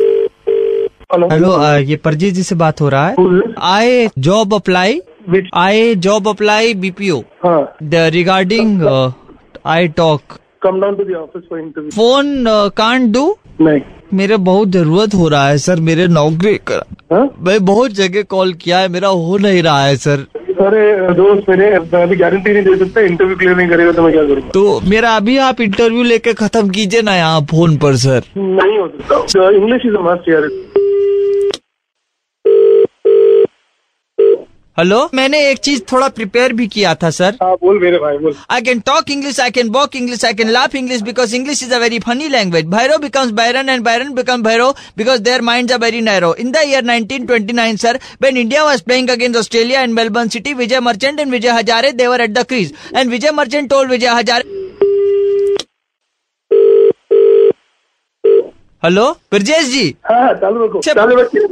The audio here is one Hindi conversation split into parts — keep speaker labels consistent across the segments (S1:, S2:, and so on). S1: हेलो
S2: हेलो अ, ये परजीत जी से बात हो रहा है I job apply
S1: Which-
S2: I job apply BPO
S1: हाँ
S2: regarding I talk
S1: come down to the office for interview
S2: phone can't do
S1: नहीं
S2: मेरे बहुत जरूरत हो रहा है सर मेरे नौकरी का
S1: हाँ
S2: मैं बहुत जगह कॉल किया है मेरा हो नहीं रहा है सर
S1: अरे दोस्त मेरे मैं अभी गारंटी नहीं दे सकता इंटरव्यू क्लियर नहीं करेगा तो मैं क्या करूँगा
S2: तो मेरा अभी आप इंटरव्यू लेके खत्म कीजिए ना यहाँ फोन पर सर
S1: नहीं हो सकता इंग्लिश इज अ मस्ट यार
S2: हेलो मैंने एक चीज थोड़ा प्रिपेयर भी किया था सर
S1: हाँ बोल मेरे भाई बोल
S2: I can talk English, I can walk English, I can laugh English because English is a very funny language. Bhairo becomes Byron and Byron becomes Bhairo because their minds are very narrow. In the year 1929, sir, when India was playing against Australia and Melbourne City, Vijay Merchant and Vijay Hazare, they were at the crease. And Vijay Merchant told Vijay Hazare... hello Brajesh जी
S1: हाँ हाँ, चालू रखो
S2: अच्छा।
S1: चालू रखिए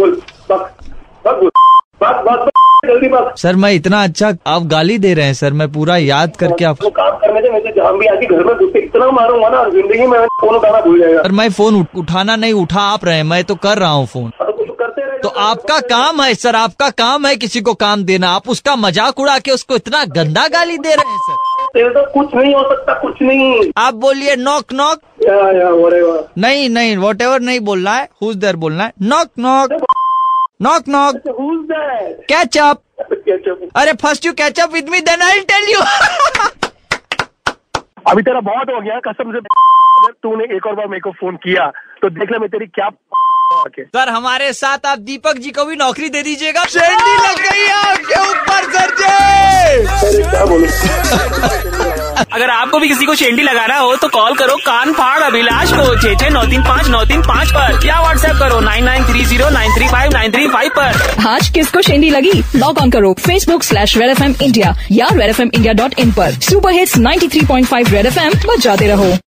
S1: बोल बात बात बोल बात बात बात, जल्दी बात
S2: सर मैं इतना अच्छा आप गाली दे रहे हैं सर मैं पूरा याद करके आप
S1: वो काम करने से मेरे जहाँ भी आके घर में घुस के इतना मारूंगा ना जिंदगी में फोन उठाना भूल जाएगा
S2: सर मैं फोन उठ- उठाना नहीं उठा आप रहे हैं मैं तो कर रहा हूँ फोन
S1: और कुछ करते रहे
S2: तो आपका काम है सर आपका काम है किसी को काम देना आप उसका मजाक उड़ा के उसको इतना गंदा गाली दे रहे हैं सर
S1: तेरे तो कुछ नहीं हो सकता कुछ नहीं
S2: आप बोलिए knock knock
S1: yeah yeah whatever.
S2: नहीं नहीं वॉट एवर नहीं बोलना है हुज देर बोलना है knock knock knock knock
S1: So who's that?
S2: Catch up
S1: Catch up.
S2: अरे first you catch up with me then I tell you
S1: अभी तेरा बहुत हो गया कसम से अगर तूने एक और बार मेरे को फोन किया तो देख ले मैं तेरी क्या आके
S2: सर हमारे साथ आप दीपक जी को भी नौकरी दे दीजिएगा ट्रेंडी लग गई है आपके ऊपर सर जी
S1: अरे क्या बोलूं
S3: अगर आपको भी किसी को शेंडी लगाना हो तो कॉल करो कान फाड़ अभिलाष को छे छे नौ तीन पाँच नौ तीन पाँच पर या व्हाट्सएप करो nine nine three zero nine three five nine three five पर
S4: आज किसको शेंडी लगी लॉग ऑन करो Facebook slash red F M India या red F M India dot in पर super hits 93.5 red F M बजाते रहो